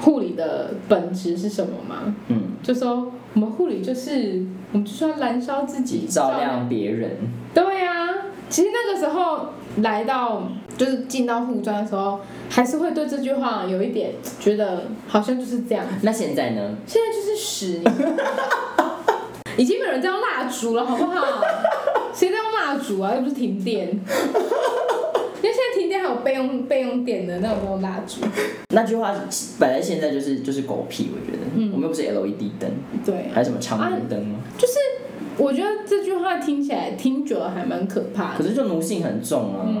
护理的本质是什么嘛？
嗯，
就说我们护理就是我们就是要燃烧自己，
照亮别人，
对呀、其实那个时候来到就是进到护专的时候，还是会对这句话有一点觉得好像就是这样。
那现在呢？
现在就是屎，已经没有人在用蜡烛了，好不好？谁在用蜡烛啊？又不是停电。因为现在停电还有备用备用电的那种那种蜡烛，
那句话摆在现在就是就是狗屁，我觉得，我们又不是 LED 灯，
嗯对，啊
还是什么长明灯吗？
就是我觉得这句话听起来听久了还蛮可怕
可
的，
是就奴性很重啊，
啊嗯。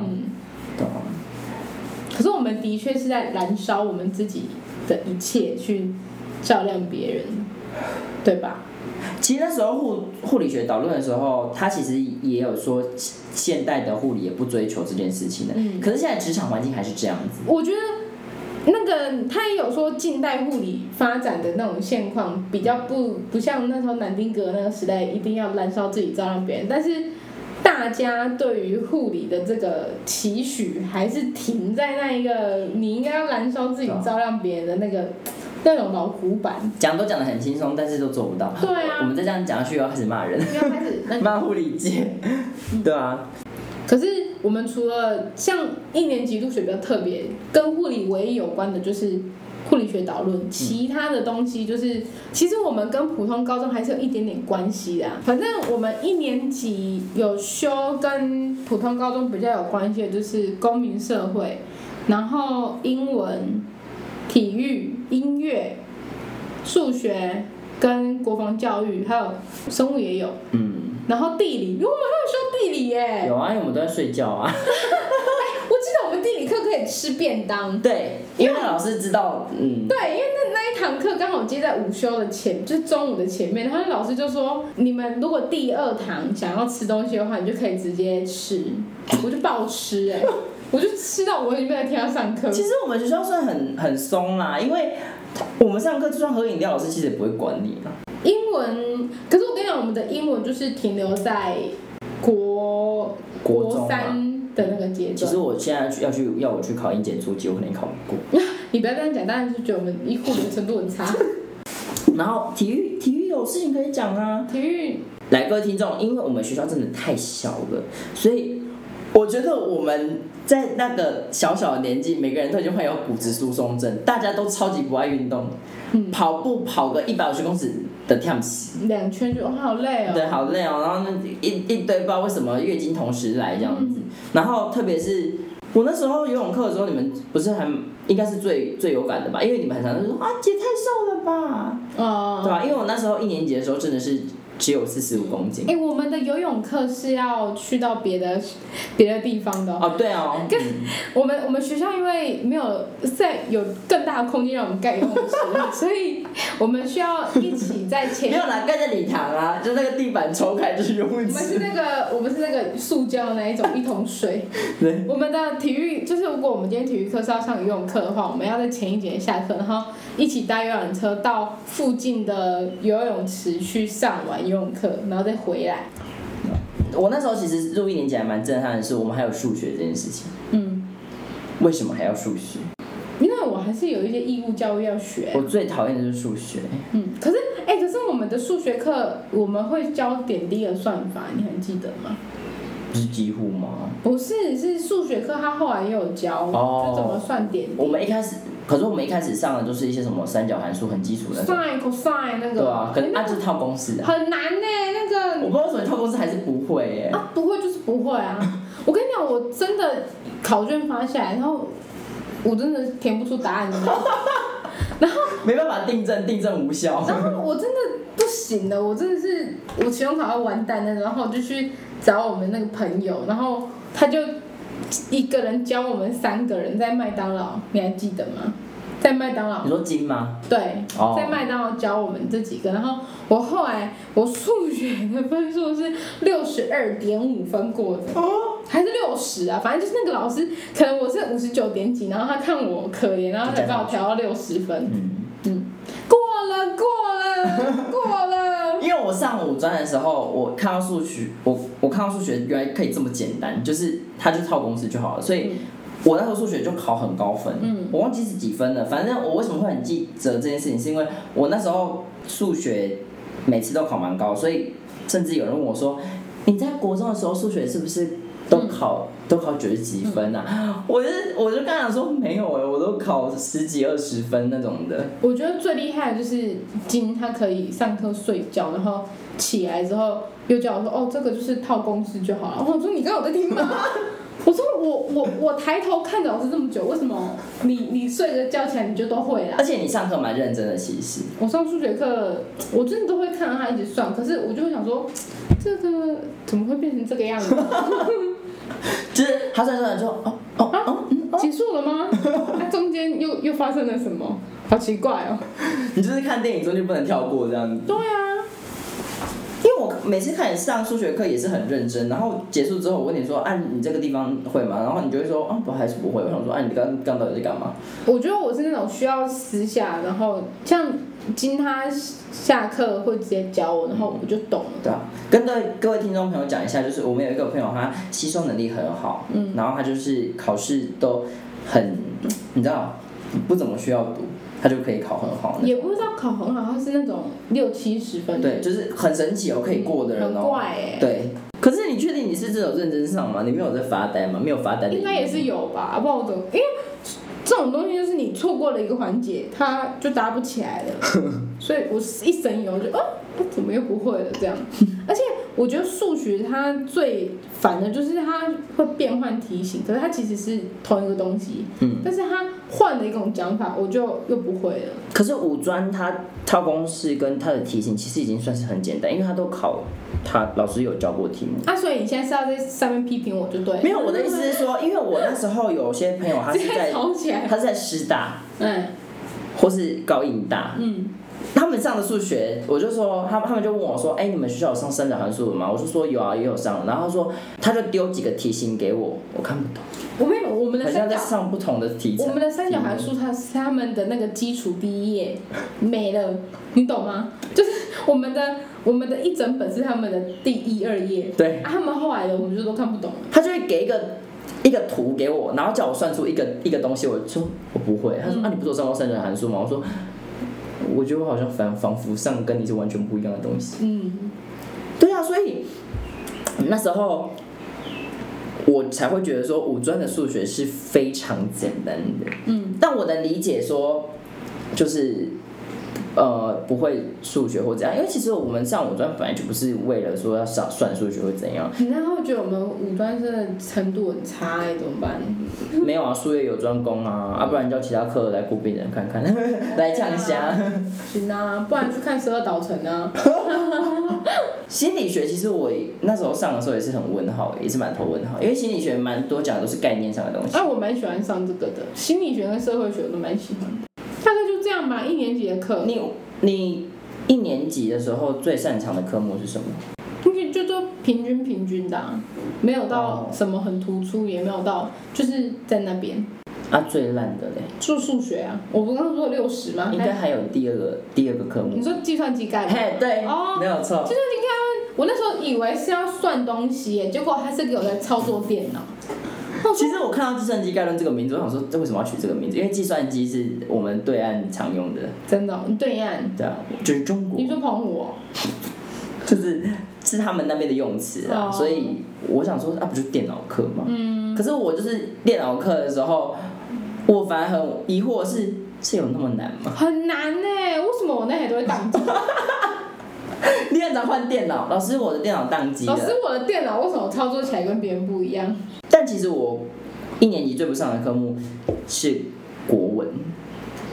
懂吗？
可是我们的确是在燃烧我们自己的一切，去照亮别人，对吧？
其实那时候护护理学导论的时候，他其实也有说，现现代的护理也不追求这件事情的。
嗯
可是现在职场环境还是这样子。
我觉得那个他也有说，近代护理发展的那种现况比较不不像那时候南丁格那个时代，一定要燃烧自己照亮别人，但是。大家对于护理的这个期许，还是停在那一个你应该要燃烧自己照亮别人的那个那种老古板。
讲都讲得很轻松，但是都做不到。
对啊
我们再这样讲下去，又要开始骂人，
不要开始那
骂护理界。对啊，
可是我们除了像一年级入学比较特别，跟护理唯一有关的就是护理学导论，其他的东西就是其实我们跟普通高中还是有一点点关系的啊、反正我们一年级有修跟普通高中比较有关系的就是公民社会，然后英文、体育、音乐、数学跟国防教育，还有生物也有，
嗯，
然后地理，因为我们还有修地理耶、
有啊，因为我们都在睡觉啊。
我记得我们地理课可以吃便当。
对，因为老师知道，嗯，
对，因为那那一堂课刚好接在午休的前，就是中午的前面，然后老师就说，嗯你们如果第二堂想要吃东西的话，你就可以直接吃。我就暴吃
[laughs]
哎、我就吃欸到我也没有听到上课。
其实我们学校算很很松啦，因为我们上课就算喝饮料，老师其实也不会管你啊。
英文，可是我跟你讲，我们的英文就是停留在国
国中啊
三的那个阶
其
段
实。我现在要去要我去考英检初级，我可能也考不过。
你不要这样讲，当然是觉得我们一护理的程度很差。
然后体育体育有事情可以讲啊。
体育
来，各位听众，因为我们学校真的太小了，所以我觉得我们在那个小小的年纪，每个人都已经会有骨质疏松症，大家都超级不爱运动，
嗯
跑步跑个一百五十公尺的跳死。
两圈就哦好累哦。
对，好累哦。然后那一一堆不知道为什么月经同时来这样子，然后特别是我那时候游泳课的时候，你们不是还应该是最最有感的吧？因为你们很常就说啊，姐太瘦了吧，
哦、
对吧、啊因为我那时候一年级的时候真的是只有四十五公斤
哎、。我们的游泳课是要去到别的别的地方的哦、
哦，对哦，嗯
我们我们学校因为没有在有更大的空间让我们盖游泳池，所以我们需要一起在前
没有
面。
啦，盖在礼堂啊， [laughs] 就是那个地板抽开就是游泳
我们
池。
是那个我们是那个塑胶那一种一桶水。
对，
我们的体育就是，如果我们今天体育课是要上游泳课的话，我们要在前一节下课，然后一起搭游览车到附近的游泳池去上完游泳课，然后再回来。
我那时候其实入一年级还蛮震撼的是，我们还有数学这件事情。
嗯，
为什么还要数学？
因为我还是有一些义务教育要学。
我最讨厌的就是数学。
嗯，可是哎、可是我们的数学课我们会教点滴的算法，你还记得吗？
不是几乎吗？
不是，是数学课他后来也有教，
哦
就怎么算点滴
我们一开始，可是我们一开始上的就是一些什么三角函数，很基础的，
，sin、cosine 那个，
对啊，可
哎
是
那
按这套公式啊，
很难呢、
[laughs]
那
我
个
不知道为什么套公式还是不会耶、
啊不会就是不会啊。我跟你讲，我真的考卷发下来，然后我真的填不出答案，
没办法订正，订正无效。
然后我真的不行了，我真的是我期中考要完蛋了，然后我就去找我们那个朋友，然后他就一个人教我们三个人在麦当劳，你还记得吗？在麦当劳
你，说金吗？
对，
哦
在麦当劳教我们这几个，然后我后来我数学的分数是六十二点五分过的，
哦，
还是六十啊，反正就是那个老师，可能我是五十九点几，然后他看我可怜，然后才把我调到六十分，
嗯，
嗯，过了，过了，过了。
因为我上五专的时候，我看到数学，我我看到数学原来可以这么简单，就是它就套公式就好了，所以
嗯
我那时候数学就考很高分，
嗯
我忘记是几分了。反正我为什么会很记得这件事情，是因为我那时候数学每次都考蛮高，所以甚至有人问我说：“你在国中的时候数学是不是都考、
嗯
都考九十几分啊？”我就是我就刚想说没有哎、我都考十几二十分那种的。
我觉得最厉害的就是金，他可以上课睡觉，然后起来之后又叫我说：“哦，这个就是套公式就好了。”我说：“你刚有在听吗？” [laughs] 我说我我我抬头看着老师这么久，为什么你你睡着觉起来你就都会了
而？且你上课蛮认真的，其实
我上数学课，我真的都会看到他一直算，可是我就会想说，这个怎么会变成这个样子？ [laughs]
就是他算算说哦哦哦，嗯哦
结束了吗？它、中间又又发生了什么？好奇怪哦。
你就是看电影中就不能跳过这样子。
对啊，
因为我每次看你上数学课也是很认真，然后结束之后我问你说，啊，你这个地方会吗？然后你就会说，啊，不，还是不会。我想说，啊，你刚刚到底在干嘛？
我觉得我是那种需要私下，然后像金他下课会直接教我，然后我就懂了。
对啊，跟各位各位听众朋友讲一下，就是我们有一个朋友，他吸收能力很好，嗯，然后他就是考试都很，你知道，不怎么需要读，他就可以考很好那种。
也不知道考很好，他是那种六七十分，
对，就是很神奇哦，可以过的人
很
哦。
怪哎、
对，可是你确定你是这种认真上吗？你没有在发呆吗？没有发呆的。
应该也是。有吧，不然我怎么？因为这种东西就是你错过了一个环节，它就搭不起来了。
[laughs]
所以我一神游就哦，怎么又不会了这样？而且我觉得数学它最烦的就是它会变换题型，可是它其实是同一个东西，
嗯。
但是它换了一种讲法，我就又不会了。
可是五专它套公式跟它的题型其实已经算是很简单，因为它都考它老师有教过题目。
啊，所以你现在是要在上面批评我就对了，
没有，我的意思是说，因为我那时候有些朋友他
[laughs] 直
是
接
在
吵起来。
他是在师大
嗯
或是高应大，
嗯，
他们上的数学，我就说他他们就问我说，哎、你们学校有上三角函数的吗？我就说有啊，也有上。然后他说他就丢几个题型给我，我看不懂，
我没有，我们的
好
三
像在
角
上不同的题材
我。们的三角函数，它是他们的那个基础第一页没了，你懂吗？ [laughs] 就是我们的我们的一整本是他们的第一二页，
对，
啊，他们后来的我们就都看不懂了。
他就会给一个一个图给我，然后叫我算出一个一个东西，我就说我不会。他说、
嗯
啊，你不是有上过三角函数吗？我说我觉得我好像反仿佛上跟你是完全不一样的东西。
嗯，
对啊，所以那时候我才会觉得说五专的数学是非常简单的，
嗯，
但我能理解说就是。呃，不会数学或怎样，因为其实我们上五专本来就不是为了说要算算数学或怎样，
你那会觉得我们五专生的程度很差哎、怎么办？
[laughs] 没有啊，术业有专攻
嗯
啊，啊，不然叫其他课来顾病人看看， [laughs] 来呛
[laughs]
虾。
行啊，不然去看十二导城啊。
心理学其实我那时候上的时候也是很问号，也是满头问号，因为心理学蛮多讲的都是概念上的东西
哎、。我蛮喜欢上这个的，心理学跟社会学我都蛮喜欢的。大概就这样吧，一年级的课，
你你一年级的时候最擅长的科目是什么？
就就都平均平均的、啊，没有到什么很突出，也没有到就是在那边
啊，最烂的嘞，
做数学啊。我不刚刚说六十吗？
应该
还
还有第二个第二个科目
啊你。说计算机概念？
嘿，对，
哦
没有错。
计算机概念，我那时候以为是要算东西耶，结果他是给我在操作电脑。
其实我看到计算机概论这个名字，我想说，这为什么要取这个名字？因为计算机是我们对岸常用的，
真的哦、你对岸，
对啊，就是中国。
你说澎湖、哦？
就是是他们那边的用词啊
哦
所以我想说，啊，不就是电脑课吗？
嗯，
可是我就是电脑课的时候，我反而很疑惑是，是有那么难吗？ [laughs]
很难呢。为什么我那天都会宕机？
你很常换电脑，老师我的电脑宕机
老师
了，，
我的电脑为什么操作起来跟别人不一样？
但其实我一年级最不上的科目是国文，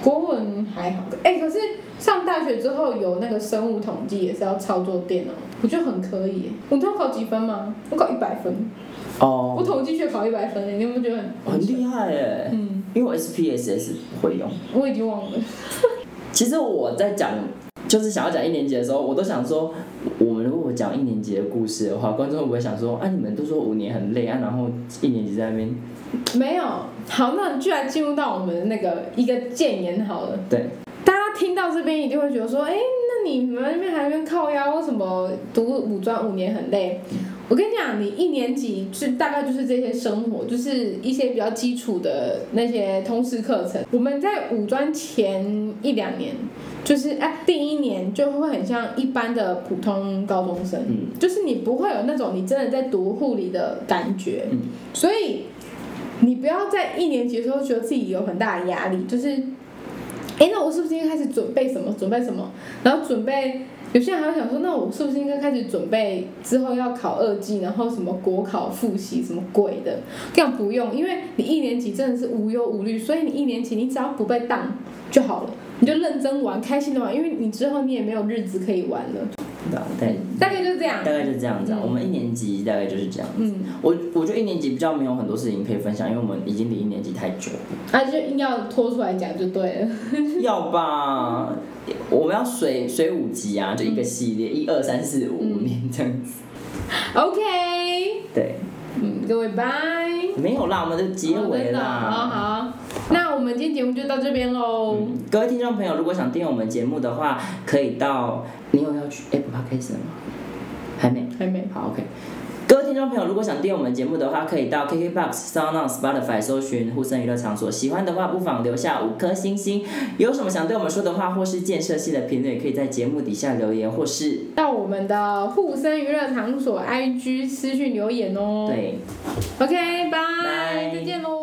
国文还好，哎、可是上大学之后有那个生物统计也是要操作电脑，我觉得很可以耶。欸我知道考几分吗？我考一百分，我
哦，
统计学考一百分欸耶，你有没有觉得很
很厉害耶，
嗯，
因为我 SPSS 不会用。
我已经忘了。
其实我在讲，就是想要讲一年级的时候，我都想说，我们如果讲一年级的故事的话，观众会不会想说，啊，你们都说五年很累啊，然后一年级在那边，
没有，好，那居然进入到我们的那个一个谏言好了。
对，
大家听到这边一定会觉得说，哎、那你们那边还在那边靠腰，为什么读五专五年很累？我跟你讲，你一年级是大概就是这些生活，就是一些比较基础的那些通识课程。我们在五专前一两年，就是哎、第一年就会很像一般的普通高中生，
嗯
就是你不会有那种你真的在读护理的感觉，
嗯
所以你不要在一年级的时候觉得自己有很大的压力，就是，哎，那我是不是应该开始准备什么？准备什么？然后准备，有些人还会想说，那我是不是应该开始准备之后要考二技，然后什么国考复习什么鬼的？这样不用，因为你一年级真的是无忧无虑，所以你一年级你只要不被当就好了，你就认真玩，开心的玩，因为你之后你也没有日子可以玩了，
对啊但
大概就是这样
大。概就这样子啊。
嗯
我们一年级大概就是这样。
嗯，
我我觉得一年级比较没有很多事情可以分享，因为我们已经离一年级太久了。
啊，就硬要拖出来讲就对了。嗯
要吧，我们要水水五级啊，就一个系列，一二三四五
嗯
年这样子。
OK，
对，
嗯，各位拜。
没有啦，我们的结
哦
尾
真的哦好
啦。
好，那我们今天节目就到这边喽。
嗯各位听众朋友，如果想订阅我们节目的话，可以到你有要去哎 Apple Podcast 了吗？还没。
还没，
好，OK。各位听众朋友，如果想订阅我们节目的话，可以到 KKBOX、SoundOn、Spotify 搜寻“沪生娱乐场所”。喜欢的话，不妨留下五颗星星。有什么想对我们说的话，或是建设性的评论，也可以在节目底下留言，或是
到我们的沪生娱乐场所 IG 私讯留言哦。
对。
，OK，拜，
拜
再见喽。